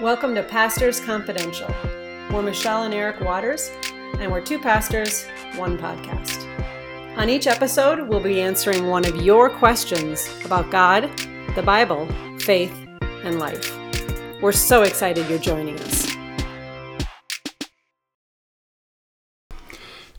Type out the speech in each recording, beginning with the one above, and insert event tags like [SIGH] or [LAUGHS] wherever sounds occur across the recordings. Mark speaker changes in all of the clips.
Speaker 1: Welcome to Pastors Confidential. We're Michelle and Eric Waters, and we're two pastors, one podcast. On each episode, we'll be answering one of your questions about God, the Bible, faith, and life. We're so excited you're joining us.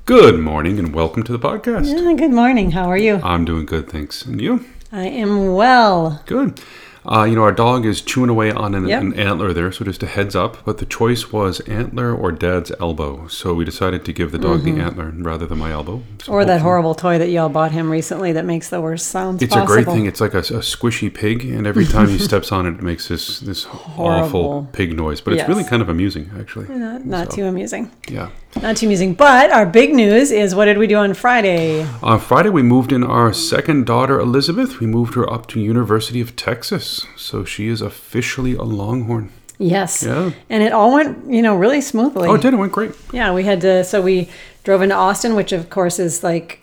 Speaker 2: Good morning and welcome to the podcast.
Speaker 1: Good morning. How are you?
Speaker 2: I'm doing good, thanks. And you?
Speaker 1: I am well.
Speaker 2: Good. Uh, you know, our dog is chewing away on an,
Speaker 1: Yep.
Speaker 2: an antler there, so just a heads up. But the choice was antler or dad's elbow. So we decided to give the dog the antler rather than my elbow. So
Speaker 1: Mm-hmm. Or that
Speaker 2: hopefully-
Speaker 1: horrible toy that y'all bought him recently that makes the worst sounds
Speaker 2: It's
Speaker 1: possible.
Speaker 2: a great thing. It's like a, a squishy pig, and every
Speaker 1: [LAUGHS]
Speaker 2: time he steps on it, it makes this, this awful
Speaker 1: Horrible.
Speaker 2: pig noise. But it's really
Speaker 1: Yes.
Speaker 2: kind of amusing, actually.
Speaker 1: Not, not
Speaker 2: So,
Speaker 1: too amusing.
Speaker 2: Yeah.
Speaker 1: Not too amusing. But our big news is what did we do on Friday?
Speaker 2: On Friday, we moved in our second daughter, Elizabeth. We moved her up to University of Texas, so she is officially a Longhorn.
Speaker 1: Yes.
Speaker 2: Yeah.
Speaker 1: And it all went, you know, really smoothly.
Speaker 2: Oh, it did. It went great.
Speaker 1: Yeah, we had to. So we drove into Austin, which of course is like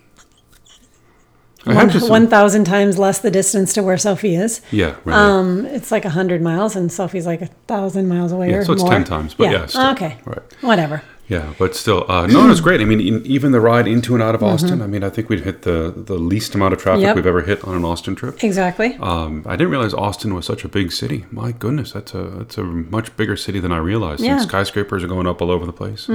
Speaker 2: I have to. say-
Speaker 1: 1,000 times less the distance to where Sophie is.
Speaker 2: yeah. Right.
Speaker 1: Um, it's like 100 miles, and Sophie's like a 1,000 miles away
Speaker 2: yeah.
Speaker 1: or
Speaker 2: So it's
Speaker 1: more.
Speaker 2: ten times, but yeah. still.
Speaker 1: okay.
Speaker 2: Right.
Speaker 1: Whatever.
Speaker 2: Yeah, but still, uh, no, it was great. I mean, in, even the ride into and out of Austin. I mean, I think we'd hit the the least amount of traffic
Speaker 1: Mm-hmm. Yep.
Speaker 2: we've ever hit on an Austin trip.
Speaker 1: Exactly.
Speaker 2: Um, I didn't realize Austin was such a big city. My goodness, that's a that's a much bigger city than I realized.
Speaker 1: Yeah. Mm-hmm.
Speaker 2: And skyscrapers are going up all over the place.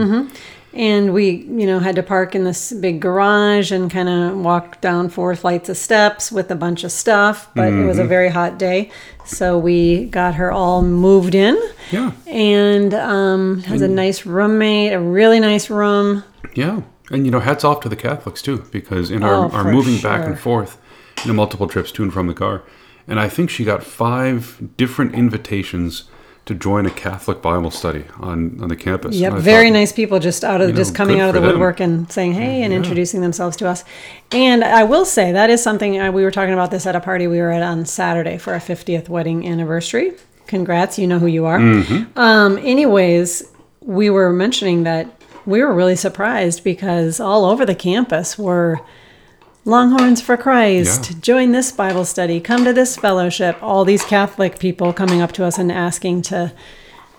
Speaker 1: And we, you know, had to park in this big garage and kind of walk down four flights of steps with a bunch of stuff. But it
Speaker 2: Mm-hmm.
Speaker 1: was a very hot day. So we got her all moved in
Speaker 2: Yeah,
Speaker 1: and um, has a nice roommate, a really nice room.
Speaker 2: yeah, and you know, hats off to the Catholics too, because in
Speaker 1: Oh,
Speaker 2: our, our
Speaker 1: for
Speaker 2: moving back and
Speaker 1: sure.
Speaker 2: forth, you know, multiple trips to and from the car, and I think she got five different invitations to join a Catholic Bible study on on the campus.
Speaker 1: Yep,
Speaker 2: And I
Speaker 1: very
Speaker 2: thought,
Speaker 1: nice people just out of
Speaker 2: you know,
Speaker 1: just coming
Speaker 2: good
Speaker 1: out of the
Speaker 2: for them.
Speaker 1: woodwork and saying hey and introducing themselves to us. And I will say that is something uh, we were talking about this at a party we were at on Saturday for our 50th wedding anniversary. Congrats, you know who you are.
Speaker 2: Mm-hmm.
Speaker 1: Um, anyways, we were mentioning that we were really surprised because all over the campus were Longhorns for Christ,
Speaker 2: Yeah.
Speaker 1: join this Bible study, come to this fellowship. All these Catholic people coming up to us and asking to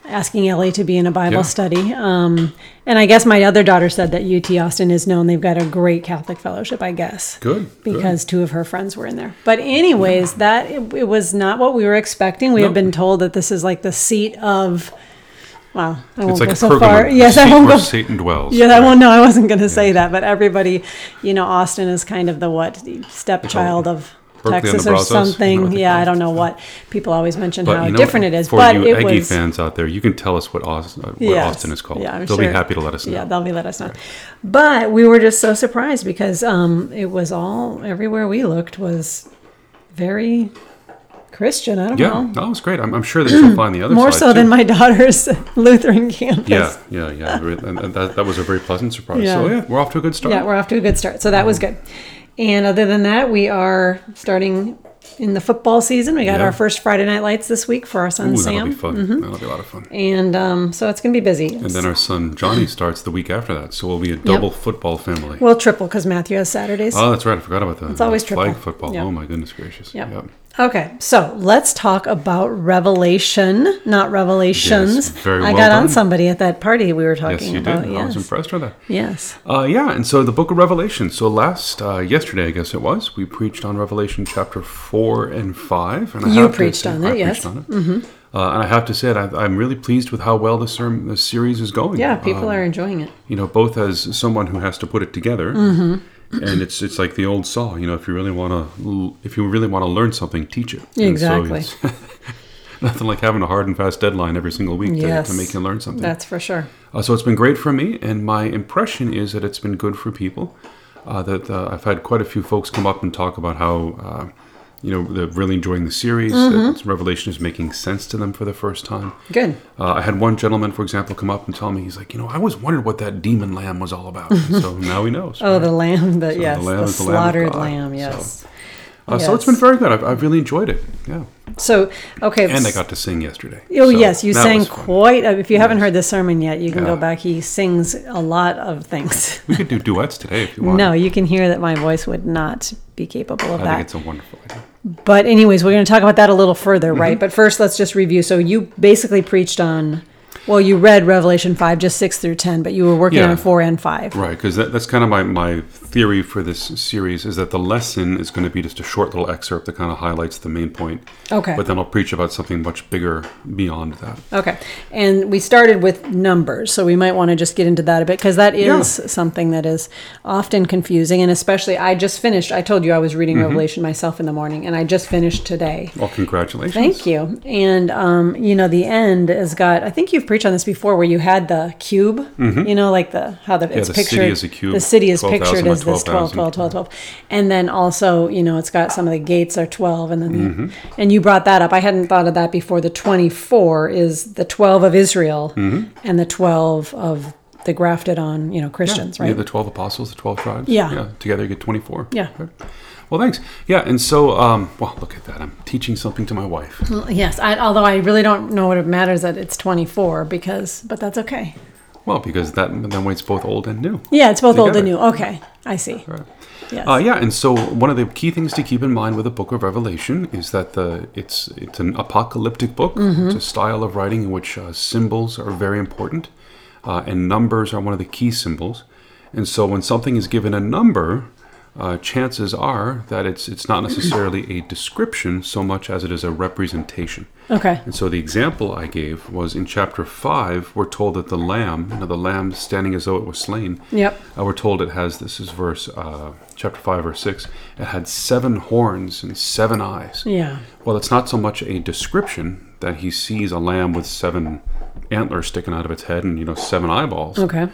Speaker 1: asking Ellie to be in a Bible
Speaker 2: Yeah.
Speaker 1: study. Um, and I guess my other daughter said that UT Austin is known. They've got a great Catholic fellowship, I guess.
Speaker 2: Good, good.
Speaker 1: Because two of her friends were in there. But, anyways, that it, it was not what we were expecting. We had
Speaker 2: No.
Speaker 1: been told that this is like the seat of. Wow, I won't
Speaker 2: It's like
Speaker 1: go
Speaker 2: a
Speaker 1: so
Speaker 2: Pergamum,
Speaker 1: far. [LAUGHS]
Speaker 2: the
Speaker 1: Yes, I
Speaker 2: seat
Speaker 1: won't
Speaker 2: where
Speaker 1: go
Speaker 2: Satan dwells.
Speaker 1: yeah, I won't. No, I wasn't going to say that, but everybody, you know, Austin is kind of the what the stepchild of
Speaker 2: Berkeley on the
Speaker 1: Texas or
Speaker 2: Brazos? No, I
Speaker 1: something.
Speaker 2: think
Speaker 1: yeah, I
Speaker 2: that's-
Speaker 1: don't know what people always mention
Speaker 2: But
Speaker 1: how
Speaker 2: you know,
Speaker 1: different it is,
Speaker 2: for
Speaker 1: but
Speaker 2: you
Speaker 1: it
Speaker 2: Aggie
Speaker 1: was.
Speaker 2: fans out there, you can tell us what Austin, uh, what
Speaker 1: Yes.
Speaker 2: Austin is called.
Speaker 1: Yeah, I'm
Speaker 2: They'll
Speaker 1: sure.
Speaker 2: be happy to let us know.
Speaker 1: Yeah, they'll be let us know. But we were just so surprised because um, it was all everywhere we looked was very Christian. I don't
Speaker 2: Yeah,
Speaker 1: know.
Speaker 2: that was great. I'm, I'm sure
Speaker 1: [CLEARS THROAT]
Speaker 2: that she'll find the other
Speaker 1: More
Speaker 2: side,
Speaker 1: so
Speaker 2: too.
Speaker 1: than my [LAUGHS] daughter's Lutheran campus.
Speaker 2: Yeah, yeah, yeah. Re- and, and that, that was a very
Speaker 1: [LAUGHS]
Speaker 2: pleasant surprise. So
Speaker 1: Yeah.
Speaker 2: yeah, we're off to a good start.
Speaker 1: Yeah, we're off to a good start. So that was
Speaker 2: Mm-hmm.
Speaker 1: good. And other than that, we are starting in the football season. We got
Speaker 2: Yeah.
Speaker 1: our first Friday Night Lights this week for our son
Speaker 2: Ooh, that'll be
Speaker 1: Sam, Mm-hmm.
Speaker 2: fun. That'll be a lot of fun.
Speaker 1: and um, so it's going to be busy.
Speaker 2: And then our
Speaker 1: [CLEARS THROAT]
Speaker 2: son Johnny starts the week after that, so we'll be a double football family.
Speaker 1: well, triple because Matthew has Saturdays.
Speaker 2: oh, that's right. I forgot about that. It's
Speaker 1: always
Speaker 2: flag
Speaker 1: triple.
Speaker 2: football.
Speaker 1: Yep.
Speaker 2: Oh my goodness gracious.
Speaker 1: Yep.
Speaker 2: Yep.
Speaker 1: okay, so let's talk about Revelation, not Revelations.
Speaker 2: Yes, very
Speaker 1: I
Speaker 2: well
Speaker 1: got on
Speaker 2: done.
Speaker 1: somebody at that party we were talking
Speaker 2: Yes, you
Speaker 1: about.
Speaker 2: did. I
Speaker 1: Yes,
Speaker 2: was impressed with that.
Speaker 1: yes,
Speaker 2: Uh, yeah, and so the book of Revelation. So last uh, yesterday, I guess it was, we preached on Revelation chapter four and five. And I
Speaker 1: You
Speaker 2: have to
Speaker 1: preached
Speaker 2: say-
Speaker 1: on it,
Speaker 2: I
Speaker 1: yes. Mm-hmm.
Speaker 2: Preached on it. Uh, and I have to say, it, I, I'm really pleased with how well this, serm, this series is going.
Speaker 1: yeah. People
Speaker 2: Um,
Speaker 1: are enjoying it.
Speaker 2: you know, both as someone who has to put it together,
Speaker 1: Mm-hmm.
Speaker 2: and it's it's like the old saw. You know, if you really want to, if you really want to learn something, teach it. And so
Speaker 1: Exactly.
Speaker 2: it's- [LAUGHS] nothing like having a hard and fast deadline every single week to,
Speaker 1: Yes.
Speaker 2: to make you learn something.
Speaker 1: That's for sure.
Speaker 2: Uh, so it's been great for me, and my impression is that it's been good for people. Uh, that uh, I've had quite a few folks come up and talk about how, uh, you know, they're really enjoying the series.
Speaker 1: Mm-hmm.
Speaker 2: That Revelation is making sense to them for the first time.
Speaker 1: Good.
Speaker 2: Uh, I had one gentleman, for example, come up and tell me he's like, you know, I always wondered what that demon lamb was all about. And
Speaker 1: [LAUGHS]
Speaker 2: so now he knows.
Speaker 1: Oh,
Speaker 2: right?
Speaker 1: the lamb. The, yes, the,
Speaker 2: lamb is the lamb of
Speaker 1: slaughtered
Speaker 2: God,
Speaker 1: lamb.
Speaker 2: so-
Speaker 1: Yes.
Speaker 2: Uh, So it's
Speaker 1: yes.
Speaker 2: been very good. I've, I've really enjoyed it. Yeah,
Speaker 1: So okay.
Speaker 2: and I got to sing yesterday.
Speaker 1: Oh
Speaker 2: So
Speaker 1: yes, you
Speaker 2: that
Speaker 1: sang
Speaker 2: was fun.
Speaker 1: quite. If you haven't heard the sermon yet, you can go
Speaker 2: Yeah.
Speaker 1: back. He sings a lot of things. [LAUGHS]
Speaker 2: We could do duets today if you want.
Speaker 1: No, you can hear that my voice would not be capable of
Speaker 2: I
Speaker 1: that.
Speaker 2: think it's a wonderful idea.
Speaker 1: But anyways, we're going to talk about that a little further,
Speaker 2: Mm-hmm.
Speaker 1: right? But first, let's just review. So you basically preached on, well, you read Revelation five, just six through ten, but you were working
Speaker 2: Yeah.
Speaker 1: on four and five.
Speaker 2: Right, because that, that's kind of my, my theory for this series is that the lesson is going to be just a short little excerpt that kind of highlights the main point.
Speaker 1: Okay.
Speaker 2: But then I'll preach about something much bigger beyond that.
Speaker 1: Okay, and we started with numbers, so we might want to just get into that a bit because that is something that is often confusing, and especially I just finished. I told you I was reading
Speaker 2: Mm-hmm.
Speaker 1: Revelation myself in the morning, and I just finished today.
Speaker 2: Well, congratulations.
Speaker 1: Thank you. And um, you know, the end has got. I think you've preached on this before, where you had the cube. You know, like the how the it's
Speaker 2: Mm-hmm. the city
Speaker 1: pictured.
Speaker 2: is a cube,
Speaker 1: The city is
Speaker 2: 12,000
Speaker 1: pictured
Speaker 2: by
Speaker 1: as this 12,
Speaker 2: 12,000.
Speaker 1: 12, 12, 12, and then also you know it's got some of the gates are twelve, and then
Speaker 2: Mm-hmm.
Speaker 1: the, and you brought that up. I hadn't thought of that before. The twenty four is the twelve of Israel,
Speaker 2: Mm-hmm.
Speaker 1: and the twelve of the grafted on you know Christians,
Speaker 2: You
Speaker 1: right?
Speaker 2: have the 12 apostles, the 12 tribes.
Speaker 1: Yeah.
Speaker 2: Together you get 24.
Speaker 1: Yeah.
Speaker 2: Right. Well, thanks. Yeah. And so, um, well, look at that. I'm teaching something to my wife.
Speaker 1: yes, I, although I really don't know what it matters that it's twenty four because, but that's okay.
Speaker 2: Well, because that then way it's both old and new.
Speaker 1: Yeah, it's both old and new.
Speaker 2: Together.
Speaker 1: Okay, I see. Yes.
Speaker 2: Uh, yeah, and so one of the key things to keep in mind with the Book of Revelation is that the it's it's an apocalyptic book. It's a style of writing in which uh, symbols are very important, uh, and numbers are one of the key symbols. And so when something is given a number, uh, chances are that it's it's not necessarily a description so much as it is a representation.
Speaker 1: Okay.
Speaker 2: And so the example I gave was in chapter five. We're told that the lamb, you know, the lamb standing as though it was slain.
Speaker 1: Yep.
Speaker 2: Uh, we're told it has this is verse uh, chapter five or six. It had seven horns and seven eyes.
Speaker 1: Yeah.
Speaker 2: Well, it's not so much a description that he sees a lamb with seven antlers sticking out of its head and you know seven eyeballs,
Speaker 1: Okay.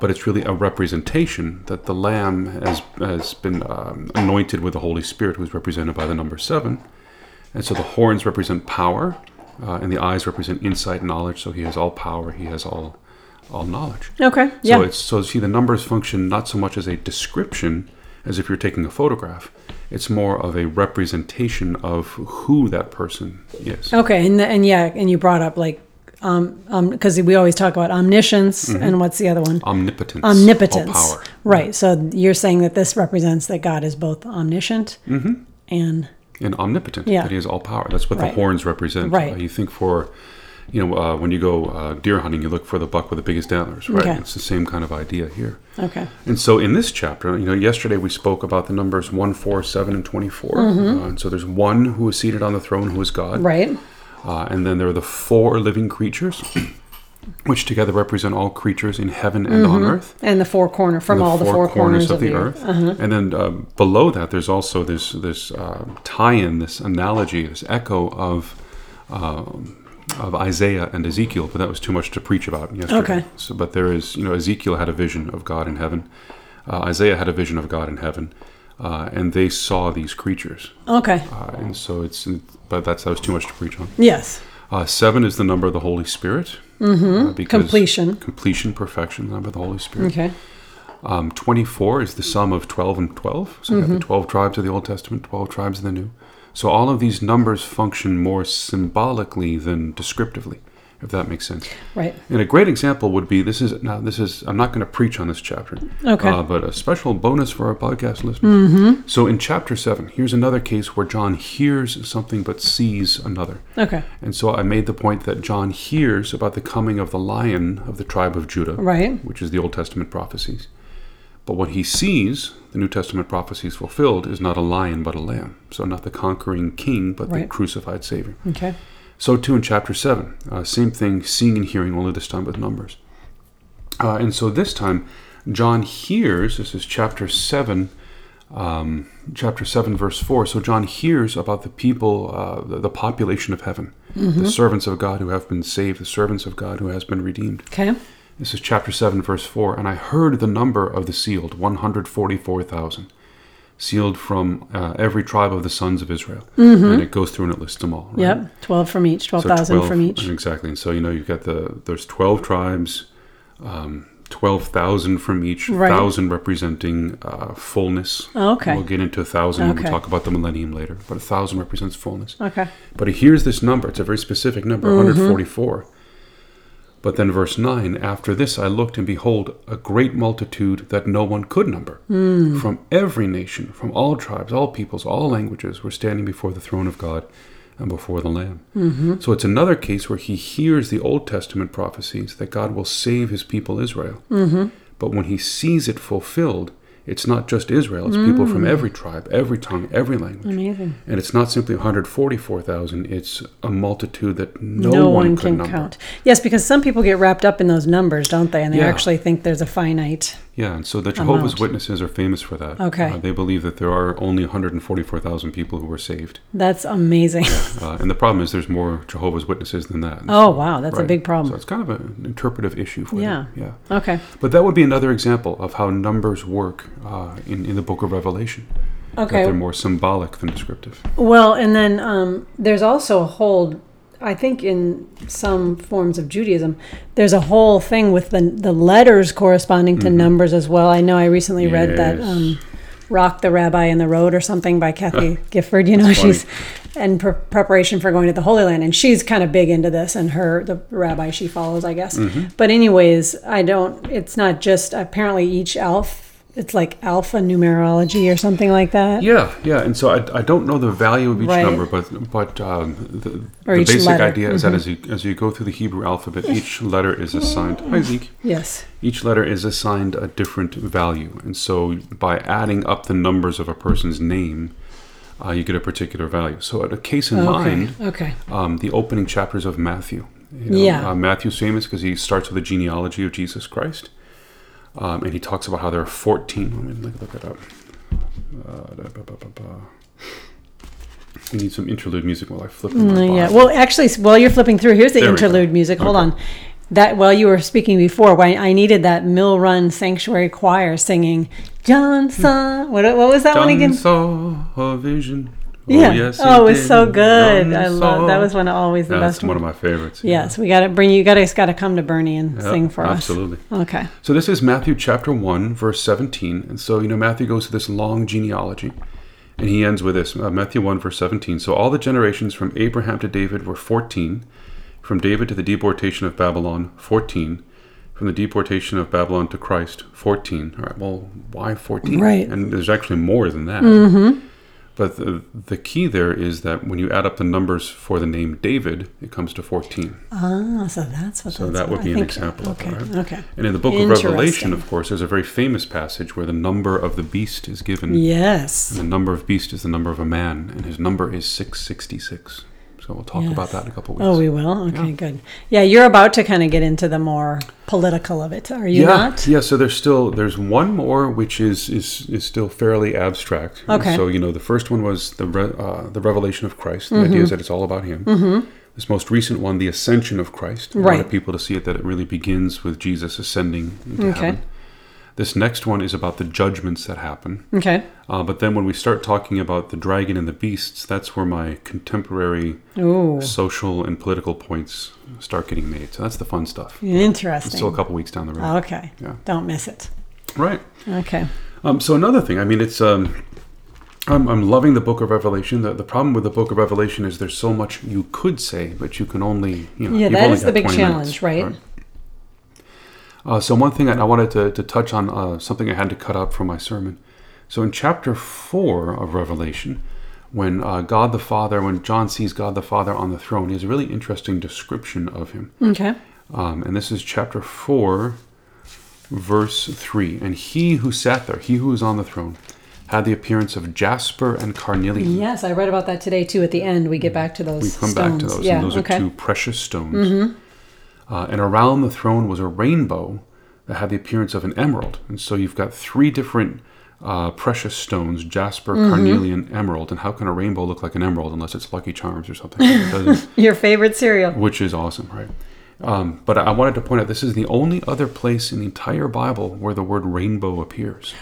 Speaker 2: but it's really a representation that the lamb has has been um, anointed with the Holy Spirit, who's represented by the number seven. And so the horns represent power, uh, and the eyes represent insight, knowledge. So he has all power. He has all all knowledge.
Speaker 1: Okay.
Speaker 2: So
Speaker 1: Yeah.
Speaker 2: it's so see the numbers function not so much as a description as if you're taking a photograph. It's more of a representation of who that person is.
Speaker 1: okay. And and yeah, and you brought up like um um because we always talk about omniscience and what's the other one?
Speaker 2: Omnipotence.
Speaker 1: Omnipotence.
Speaker 2: Mm-hmm. All power.
Speaker 1: Right. So you're saying that this represents that God is both omniscient
Speaker 2: Mm-hmm.
Speaker 1: and
Speaker 2: And omnipotent.
Speaker 1: Yeah.
Speaker 2: That he has all power. That's what
Speaker 1: Right.
Speaker 2: the horns represent.
Speaker 1: Right.
Speaker 2: Uh, you think for you know, uh, when you go uh, deer hunting, you look for the buck with the biggest antlers, right?
Speaker 1: Okay.
Speaker 2: It's the same kind of idea here.
Speaker 1: okay.
Speaker 2: And so in this chapter, you know, yesterday we spoke about the numbers 1, 4, 7, and 24.
Speaker 1: Mm-hmm.
Speaker 2: Uh, and so there's one who is seated on the throne who is God.
Speaker 1: Right.
Speaker 2: Uh, and then there are the four living
Speaker 1: [COUGHS]
Speaker 2: creatures, which together represent all creatures in heaven and on earth.
Speaker 1: And the four corner Mm-hmm. from all the four corners, of, the earth. Uh-huh.
Speaker 2: And then uh, below that, there's also this this uh, tie-in, this analogy, this echo of um of Isaiah and Ezekiel. But that was too much to preach about yesterday.
Speaker 1: Okay.
Speaker 2: So, but there is, you know, Ezekiel had a vision of God in heaven. Uh, Isaiah had a vision of God in heaven, uh, and they saw these creatures.
Speaker 1: Okay.
Speaker 2: Uh, and so it's, but that's that was too much to preach on.
Speaker 1: Yes.
Speaker 2: Uh, seven is the number of the Holy Spirit. Mm-hmm.
Speaker 1: Completion.
Speaker 2: Completion, perfection, the number of the Holy Spirit.
Speaker 1: Okay.
Speaker 2: Um, 24 is the sum of 12 and 12. So you have the 12 tribes of the Old Testament, 12 tribes of the New. So all of these numbers function more symbolically than descriptively, if that makes sense.
Speaker 1: Right.
Speaker 2: And a great example would be this is now this is I'm not going to preach on this chapter,
Speaker 1: Okay.
Speaker 2: uh, but a special bonus for our podcast listeners. Mm-hmm. So in chapter seven, here's another case where John hears something but sees another.
Speaker 1: Okay.
Speaker 2: And so I made the point that John hears about the coming of the lion of the tribe of Judah,
Speaker 1: Right.
Speaker 2: which is the Old Testament prophecies. But what he sees, the New Testament prophecies fulfilled, is not a lion but a lamb. So not the conquering king, but the
Speaker 1: Right.
Speaker 2: crucified Savior.
Speaker 1: Okay.
Speaker 2: So too in chapter 7, uh, same thing, seeing and hearing, only this time with numbers. Uh, and so this time, John hears, this is chapter 7, um, chapter 7, verse 4. So John hears about the people, uh, the, the population of heaven, the servants of God who have been saved, the servants of God who has been redeemed.
Speaker 1: Okay.
Speaker 2: This is chapter 7, verse 4. And I heard the number of the sealed, 144,000, sealed from uh, every tribe of the sons of Israel. And it goes through and it lists them all. Right?
Speaker 1: Yep. Twelve from each. Twelve
Speaker 2: So
Speaker 1: thousand
Speaker 2: 12
Speaker 1: from each.
Speaker 2: Exactly. And so you know you've got the there's twelve tribes, um, twelve thousand from each.
Speaker 1: Right. Oh,
Speaker 2: Thousand representing uh, fullness.
Speaker 1: Okay.
Speaker 2: We'll get into a thousand when we
Speaker 1: Okay.
Speaker 2: talk about the millennium later. But a thousand represents fullness.
Speaker 1: Okay.
Speaker 2: But here's this number. It's a very specific number, 144. But then, verse 9 After this I looked, and behold, a great multitude that no one could number, from every nation, from all tribes, all peoples, all languages, were standing before the throne of God and before the Lamb. So it's another case where he hears the Old Testament prophecies that God will save his people Israel. But when he sees it fulfilled, it's not just Israel, it's people from every tribe, every tongue, every language.
Speaker 1: Amazing.
Speaker 2: And it's not simply 144,000, it's a multitude that no,
Speaker 1: No,
Speaker 2: one,
Speaker 1: one,
Speaker 2: could
Speaker 1: can
Speaker 2: number.
Speaker 1: count. Yes, because some people get wrapped up in those numbers, don't they? And they
Speaker 2: Yeah.
Speaker 1: actually think there's a finite.
Speaker 2: Yeah, and so the Jehovah's
Speaker 1: Amount.
Speaker 2: Witnesses are famous for that.
Speaker 1: Okay.
Speaker 2: Uh, they believe that there are only 144,000 people who were saved.
Speaker 1: That's amazing. [LAUGHS]
Speaker 2: Uh, and the problem is there's more Jehovah's Witnesses than that.
Speaker 1: Oh, wow. That's a
Speaker 2: Right.
Speaker 1: big
Speaker 2: So
Speaker 1: problem.
Speaker 2: it's kind of an interpretive issue for
Speaker 1: Yeah.
Speaker 2: them. Yeah.
Speaker 1: okay.
Speaker 2: But that would be another example of how numbers work uh, in, in the book of Revelation. That
Speaker 1: Okay.
Speaker 2: they're more symbolic than descriptive.
Speaker 1: Well, and then um, there's also a whole, I think, in some forms of Judaism, there's a whole thing with the the letters corresponding to numbers as well. I know I recently read that
Speaker 2: Mm-hmm. Yes.
Speaker 1: um, "Rock the Rabbi in the Road" or something by Kathy Gifford. You know,
Speaker 2: That's funny.
Speaker 1: she's in pre- preparation for going to the Holy Land, and she's kind of big into this. And her the rabbi she follows, I guess.
Speaker 2: Mm-hmm.
Speaker 1: But anyways, I don't. It's not just apparently each alpha. It's like alpha numerology or something like that.
Speaker 2: Yeah, yeah, and so I, I don't know the value of each
Speaker 1: Right.
Speaker 2: number, but but um, the,
Speaker 1: Or
Speaker 2: the
Speaker 1: each
Speaker 2: basic
Speaker 1: letter. Mm-hmm.
Speaker 2: idea is that as you as you go through the Hebrew alphabet, each letter is assigned. Hi Zeke.
Speaker 1: Yes.
Speaker 2: Each letter is assigned a different value, and so by adding up the numbers of a person's name, uh, you get a particular value. So, at a case in mind,
Speaker 1: Oh, Okay. Okay.
Speaker 2: um, the opening chapters of Matthew. You
Speaker 1: Yeah.
Speaker 2: uh, Matthew's famous because he starts with the genealogy of Jesus Christ, um, and he talks about how there are fourteen. Let me look, look that up. Uh, da- ba- ba- ba- ba. We need some interlude music while I flip. in my
Speaker 1: Mm, yeah.
Speaker 2: Bible.
Speaker 1: Well, actually, s- while you're flipping through, here's the
Speaker 2: There we go.
Speaker 1: interlude music. Hold
Speaker 2: Okay.
Speaker 1: on. That while you were speaking before, why I needed that Mill Run Sanctuary Choir singing Johnson. What, what was that one
Speaker 2: Done
Speaker 1: again?
Speaker 2: saw a vision.
Speaker 1: yeah.
Speaker 2: yes, he
Speaker 1: oh, it was
Speaker 2: did.
Speaker 1: so good.
Speaker 2: Done
Speaker 1: I
Speaker 2: saw-
Speaker 1: love that. Was one of always the
Speaker 2: That's
Speaker 1: best
Speaker 2: one
Speaker 1: one.
Speaker 2: of my favorites.
Speaker 1: Yes, we got to bring you. Got to got to come to Bernie and
Speaker 2: Yeah,
Speaker 1: sing for
Speaker 2: Absolutely.
Speaker 1: us. Okay.
Speaker 2: So this is Matthew chapter 1, verse 17. And so, you know, Matthew goes to this long genealogy. And he ends with this uh, Matthew 1, verse 17. So all the generations from Abraham to David were 14. From David to the deportation of Babylon, 14. From the deportation of Babylon to Christ, 14. All right, well, why 14?
Speaker 1: Right.
Speaker 2: And there's actually more than that. But the, the key there is that when you add up the numbers for the name David, it comes to 14.
Speaker 1: Ah, so that's what.
Speaker 2: So
Speaker 1: that's
Speaker 2: that would
Speaker 1: I
Speaker 2: be an
Speaker 1: think-
Speaker 2: example of
Speaker 1: Okay.
Speaker 2: that,
Speaker 1: Okay.
Speaker 2: And in the book of Revelation,
Speaker 1: Interesting.
Speaker 2: of course, there's a very famous passage where the number of the beast is given.
Speaker 1: Yes.
Speaker 2: The number of beast is the number of a man, and his number is 666. So we'll talk about
Speaker 1: Yes.
Speaker 2: that in a couple
Speaker 1: Oh,
Speaker 2: of weeks.
Speaker 1: we will. Okay,
Speaker 2: Yeah.
Speaker 1: good. Yeah, you're about to kind of get into the more political of it, are you
Speaker 2: yeah,
Speaker 1: not?
Speaker 2: yeah. So there's still there's one more which is is is still fairly abstract. And
Speaker 1: Okay.
Speaker 2: So you know the first one was the re, uh, the revelation of Christ. The
Speaker 1: Mm-hmm.
Speaker 2: idea is that it's all about Him. This most recent one, the ascension of Christ. I wanted
Speaker 1: Right.
Speaker 2: people to see it that it really begins with Jesus ascending into
Speaker 1: Okay.
Speaker 2: heaven. This next one is about the judgments that happen.
Speaker 1: Okay.
Speaker 2: Uh, but then when we start talking about the dragon and the beasts, that's where my contemporary
Speaker 1: Ooh,
Speaker 2: social and political points start getting made. So that's the fun stuff. It's
Speaker 1: interesting. Uh,
Speaker 2: still a couple weeks down the road.
Speaker 1: okay.
Speaker 2: Yeah.
Speaker 1: Don't miss it.
Speaker 2: right.
Speaker 1: Okay.
Speaker 2: Um, so another thing, I mean, it's. Um, I'm, I'm loving the book of Revelation. The, the problem with the book of Revelation is there's so much you could say, but you can only, you know,
Speaker 1: Yeah,
Speaker 2: you've
Speaker 1: that
Speaker 2: only
Speaker 1: is the
Speaker 2: got
Speaker 1: big
Speaker 2: 20
Speaker 1: challenge,
Speaker 2: minutes,
Speaker 1: right?
Speaker 2: Uh, so one thing I, I wanted to, to touch on uh, something I had to cut out from my sermon. So in chapter four of Revelation, when uh, God the Father, when John sees God the Father on the throne, he has a really interesting description of him.
Speaker 1: Okay.
Speaker 2: Um, and this is chapter 4, verse 3. And he who sat there, he who was on the throne, had the appearance of jasper and carnelian.
Speaker 1: Yes, I read about that today too. At the end, we get back to those.
Speaker 2: We come
Speaker 1: stones.
Speaker 2: back to those.
Speaker 1: Yeah.
Speaker 2: and those
Speaker 1: okay. Mm-hmm.
Speaker 2: are two precious stones. Uh, and around the throne was a rainbow that had the appearance of an emerald. And so you've got three different uh, precious stones jasper,
Speaker 1: Mm-hmm.
Speaker 2: carnelian, emerald. And how can a rainbow look like an emerald unless it's Lucky Charms or something? It doesn't-
Speaker 1: Your favorite cereal.
Speaker 2: which is awesome, right? Um, but I wanted to point out this is the only other place in the entire Bible where the word rainbow appears.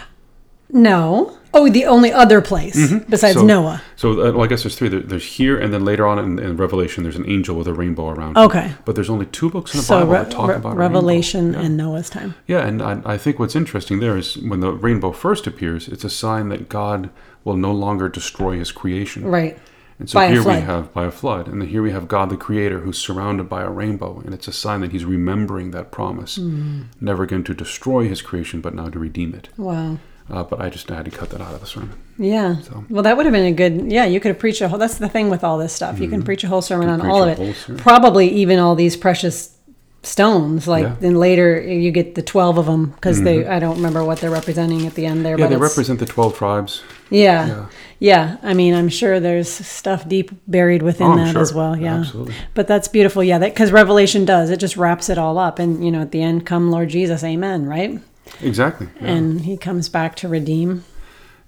Speaker 1: No. Oh, the only other place besides
Speaker 2: Mm-hmm. So-
Speaker 1: Noah.
Speaker 2: So, uh, well, I guess there's three. There, there's here, and then later on in, in Revelation, there's an angel with a rainbow around. him.
Speaker 1: Okay.
Speaker 2: But there's only two books in the
Speaker 1: So
Speaker 2: Bible
Speaker 1: Re-
Speaker 2: that talk
Speaker 1: Re-
Speaker 2: about a rainbow.
Speaker 1: Revelation
Speaker 2: Yeah.
Speaker 1: and Noah's time.
Speaker 2: Yeah, and I, I think what's interesting there is when the rainbow first appears, it's a sign that God will no longer destroy His creation.
Speaker 1: Right.
Speaker 2: And so
Speaker 1: By a
Speaker 2: here we
Speaker 1: flood.
Speaker 2: have by a flood, and here we have God the Creator who's surrounded by a rainbow, and it's a sign that He's remembering that promise,
Speaker 1: Hmm.
Speaker 2: never again to destroy His creation, but now to redeem it.
Speaker 1: Wow.
Speaker 2: Uh, but I just I had to cut that out of the sermon.
Speaker 1: Yeah.
Speaker 2: So-
Speaker 1: Well, that would have been a good. Yeah, you could have preached a whole. That's the thing with all this stuff. You can preach a whole sermon
Speaker 2: Mm-hmm.
Speaker 1: on
Speaker 2: You can
Speaker 1: all of
Speaker 2: preach a whole
Speaker 1: it.
Speaker 2: sermon.
Speaker 1: Probably even all these precious stones. Like
Speaker 2: Yeah. Mm-hmm.
Speaker 1: then later you get the twelve of them because they. I don't remember what they're representing at the end there.
Speaker 2: Yeah,
Speaker 1: but
Speaker 2: they
Speaker 1: it's-
Speaker 2: represent the twelve tribes.
Speaker 1: Yeah.
Speaker 2: Yeah.
Speaker 1: yeah. I mean, I'm sure there's stuff deep buried within
Speaker 2: Oh, I'm
Speaker 1: that
Speaker 2: sure.
Speaker 1: as well. Yeah.
Speaker 2: Absolutely.
Speaker 1: But that's beautiful. Yeah. That because Revelation does it just wraps it all up, and you know, at the end, come Lord Jesus, Amen. Right.
Speaker 2: Exactly. yeah.
Speaker 1: And He comes back to redeem.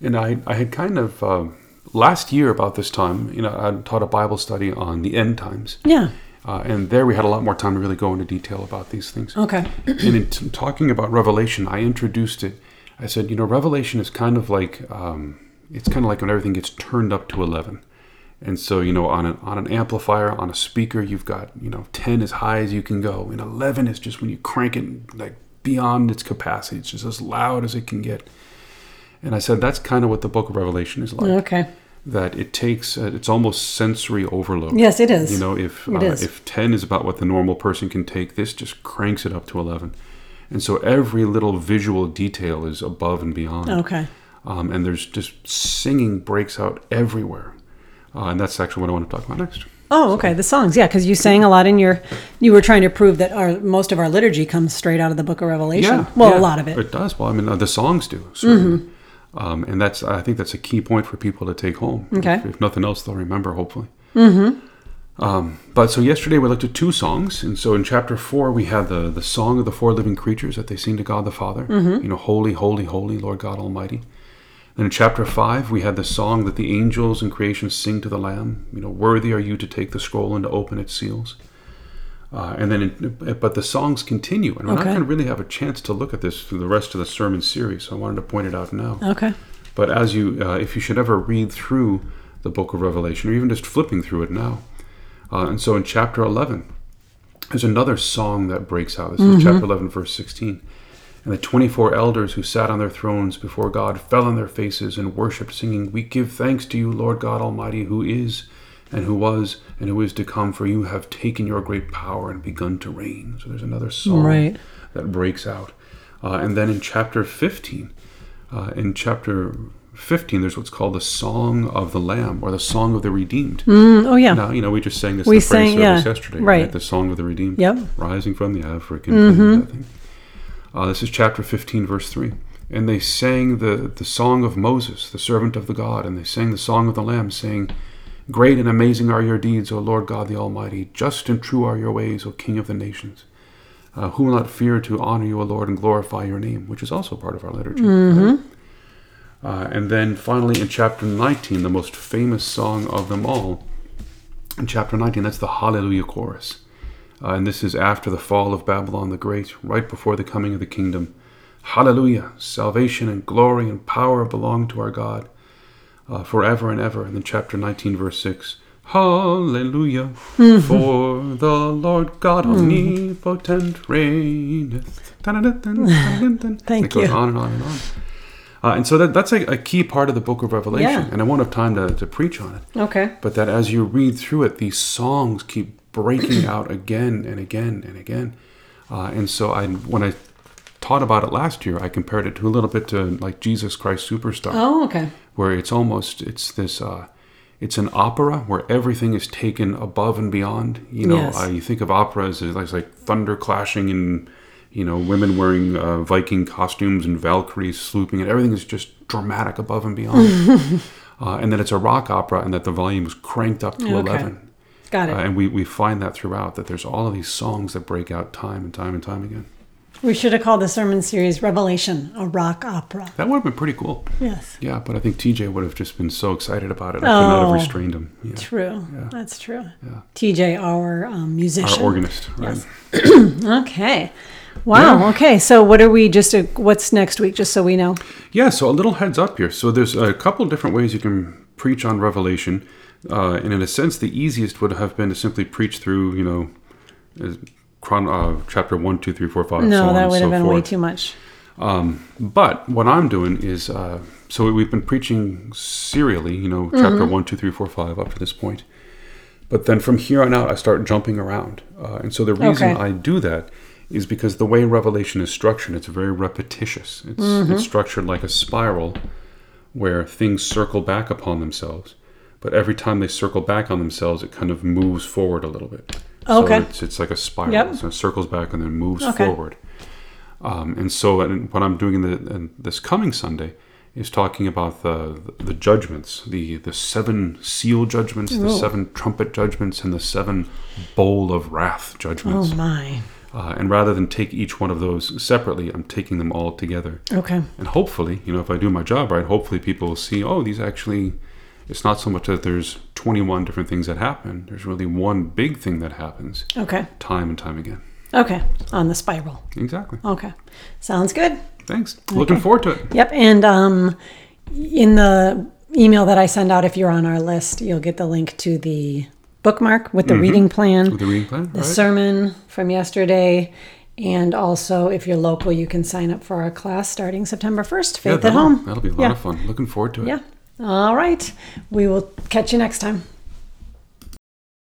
Speaker 2: And I, I had kind of um last year about this time, you know, I taught a Bible study on the end times,
Speaker 1: Yeah.
Speaker 2: uh, and there we had a lot more time to really go into detail about these things.
Speaker 1: Okay.
Speaker 2: and in t- talking about Revelation, I introduced it. I said, you know, Revelation is kind of like um, it's kind of like when everything gets turned up to eleven. And so, you know, on an on an amplifier, on a speaker, you've got you know ten as high as you can go, and eleven is just when you crank it like beyond its capacity. It's just as loud as it can get. And I said that's kind of what the Book of Revelation is like.
Speaker 1: Okay.
Speaker 2: That it takes uh, it's almost sensory overload.
Speaker 1: Yes, it is.
Speaker 2: You know, if
Speaker 1: It
Speaker 2: uh,
Speaker 1: is.
Speaker 2: if ten is about what the normal person can take, this just cranks it up to eleven, and so every little visual detail is above and beyond.
Speaker 1: Okay.
Speaker 2: Um, and there's just singing breaks out everywhere, uh, and that's actually what I want to talk about next.
Speaker 1: Oh, okay. The songs, yeah, because you sang a lot in your. You were trying to prove that our most of our liturgy comes straight out of the Book of Revelation.
Speaker 2: Yeah,
Speaker 1: well,
Speaker 2: yeah,
Speaker 1: a lot of it. Mm-hmm.
Speaker 2: It does. Well, I mean, uh, the songs do. Certainly. Um, and that's I think that's a key point for people to take home.
Speaker 1: Okay. Mm-hmm.
Speaker 2: If, if nothing else, they'll remember hopefully. Um, but so yesterday we looked at two songs, and so in chapter four we had the the song of the four living creatures that they sing to God the Father.
Speaker 1: Mm-hmm.
Speaker 2: You know, holy, holy, holy, Lord God Almighty. Then in chapter five we had the song that the angels and creation sing to the Lamb. You know, worthy are you to take the scroll and to open its seals. Uh, and then, in, but the songs continue, and we're not
Speaker 1: Okay.
Speaker 2: going to really have a chance to look at this through the rest of the sermon series. So I wanted to point it out now.
Speaker 1: Okay.
Speaker 2: But as you, uh, if you should ever read through the book of Revelation, or even just flipping through it now, uh, and so in chapter 11, there's another song that breaks out. This is chapter 11, verse 16. And the 24 elders who sat on their thrones before God fell on their faces and worshipped, singing, We give thanks to you, Lord God Almighty, who is, and who was, and who is to come, for you have taken your great power and begun to reign. So there's another song
Speaker 1: Right.
Speaker 2: that breaks out. Uh, and then in chapter 15, uh, in chapter 15, there's what's called the Song of the Lamb or the Song of the Redeemed.
Speaker 1: Mm, oh, yeah.
Speaker 2: Now, you know, we just sang this
Speaker 1: We
Speaker 2: in the praise
Speaker 1: sang-
Speaker 2: service
Speaker 1: yeah,
Speaker 2: yesterday,
Speaker 1: right.
Speaker 2: The Song of the Redeemed.
Speaker 1: Yep. Mm-hmm.
Speaker 2: Rising from the African plain, I think. Uh, this is chapter 15, verse 3. And they sang the, the song of Moses, the servant of the God, and they sang the song of the Lamb, saying, Great and amazing are your deeds, O Lord God the Almighty. Just and true are your ways, O King of the nations. Uh, who will not fear to honor you, O Lord, and glorify your name, which is also part of our liturgy.
Speaker 1: Mm-hmm.
Speaker 2: right? Uh, and then finally in chapter 19, the most famous song of them all, in chapter 19, that's the Hallelujah Chorus. Uh, and this is after the fall of Babylon the Great, right before the coming of the kingdom. Hallelujah! Salvation and glory and power belong to our God uh, forever and ever. And then chapter 19, verse 6.
Speaker 1: [LAUGHS]
Speaker 2: Hallelujah! For the Lord
Speaker 1: Hmm.
Speaker 2: God omnipotent reigneth.
Speaker 1: [LAUGHS] Thank
Speaker 2: Thank it goes
Speaker 1: you.
Speaker 2: on and on and on. Uh, and so that, that's a, a key part of the book of Revelation.
Speaker 1: Yeah.
Speaker 2: And I won't have time to, to preach on it
Speaker 1: Okay.
Speaker 2: but that as you read through it, these songs keep breaking out again and again and again. Uh, and so I, when I taught about it last year, I compared it to a little bit to like Jesus Christ Superstar,
Speaker 1: Oh, okay.
Speaker 2: where it's almost it's this. Uh, it's an opera where everything is taken above and beyond. You know,
Speaker 1: Yes.
Speaker 2: uh, you think of operas as like, like thunder clashing and, you know, women wearing uh, Viking costumes and Valkyries slooping, and everything is just dramatic above and beyond.
Speaker 1: [LAUGHS]
Speaker 2: uh, and that it's a rock opera and that the volume is cranked up to
Speaker 1: Okay.
Speaker 2: 11.
Speaker 1: Got
Speaker 2: Uh,
Speaker 1: it.
Speaker 2: and we, we find that throughout, that there's all of these songs that break out time and time and time again.
Speaker 1: we should have called the sermon series Revelation, a rock opera.
Speaker 2: That would have been pretty cool.
Speaker 1: Yes.
Speaker 2: Yeah, but I think TJ would have just been so excited about it. I could not
Speaker 1: Oh.
Speaker 2: have restrained him. Yeah.
Speaker 1: True. That's true. TJ, our um, musician.
Speaker 2: Our Uh, organist, right?
Speaker 1: okay. Wow. Okay. So, what are we just? uh, what's next week? Just so we know.
Speaker 2: Yeah, so a little heads up here. So there's a couple different ways you can preach on Revelation, uh, and in a sense, the easiest would have been to simply preach through, you know, as chron- uh, chapter one, two, three, four, five.
Speaker 1: No,
Speaker 2: so on
Speaker 1: that
Speaker 2: and
Speaker 1: would
Speaker 2: so
Speaker 1: have been
Speaker 2: forth.
Speaker 1: way too much.
Speaker 2: Um, but what I'm doing is, uh, so we've been preaching serially, you know, chapter
Speaker 1: Mm-hmm.
Speaker 2: one, two, three, four, five up to this point. But then from here on out, I start jumping around. Uh, and so the reason
Speaker 1: Okay.
Speaker 2: I do that is because the way Revelation is structured, it's very repetitious. It's,
Speaker 1: Mm-hmm.
Speaker 2: it's structured like a spiral where things circle back upon themselves. But every time they circle back on themselves, it kind of moves forward a little bit.
Speaker 1: Okay.
Speaker 2: So it's, it's like a spiral.
Speaker 1: Yep.
Speaker 2: So it circles back and then moves
Speaker 1: Okay.
Speaker 2: forward. Um, and so and what I'm doing in, the, in this coming Sunday is talking about the, the judgments, the, the seven seal judgments, the seven trumpet judgments, and the seven bowl of wrath
Speaker 1: Oh
Speaker 2: judgments.
Speaker 1: my.
Speaker 2: Uh, and rather than take each one of those separately, I'm taking them all together.
Speaker 1: Okay.
Speaker 2: And hopefully, you know, if I do my job right, hopefully people will see, oh, these actually, it's not so much that there's 21 different things that happen. There's really one big thing that happens
Speaker 1: Okay.
Speaker 2: time and time again.
Speaker 1: Okay. On the spiral.
Speaker 2: Exactly.
Speaker 1: Okay. Sounds good.
Speaker 2: Thanks. Looking forward to it.
Speaker 1: Yep. And um, in the email that I send out, if you're on our list, you'll get the link to the bookmark with the reading plan,
Speaker 2: With the reading plan,
Speaker 1: the
Speaker 2: right?
Speaker 1: sermon from yesterday. And also, if you're local, you can sign up for our class starting September 1st, Faith at
Speaker 2: that'll,
Speaker 1: Home.
Speaker 2: That'll be a lot
Speaker 1: Yeah.
Speaker 2: of fun. Looking forward to it.
Speaker 1: Yeah. All right. We will catch you next time.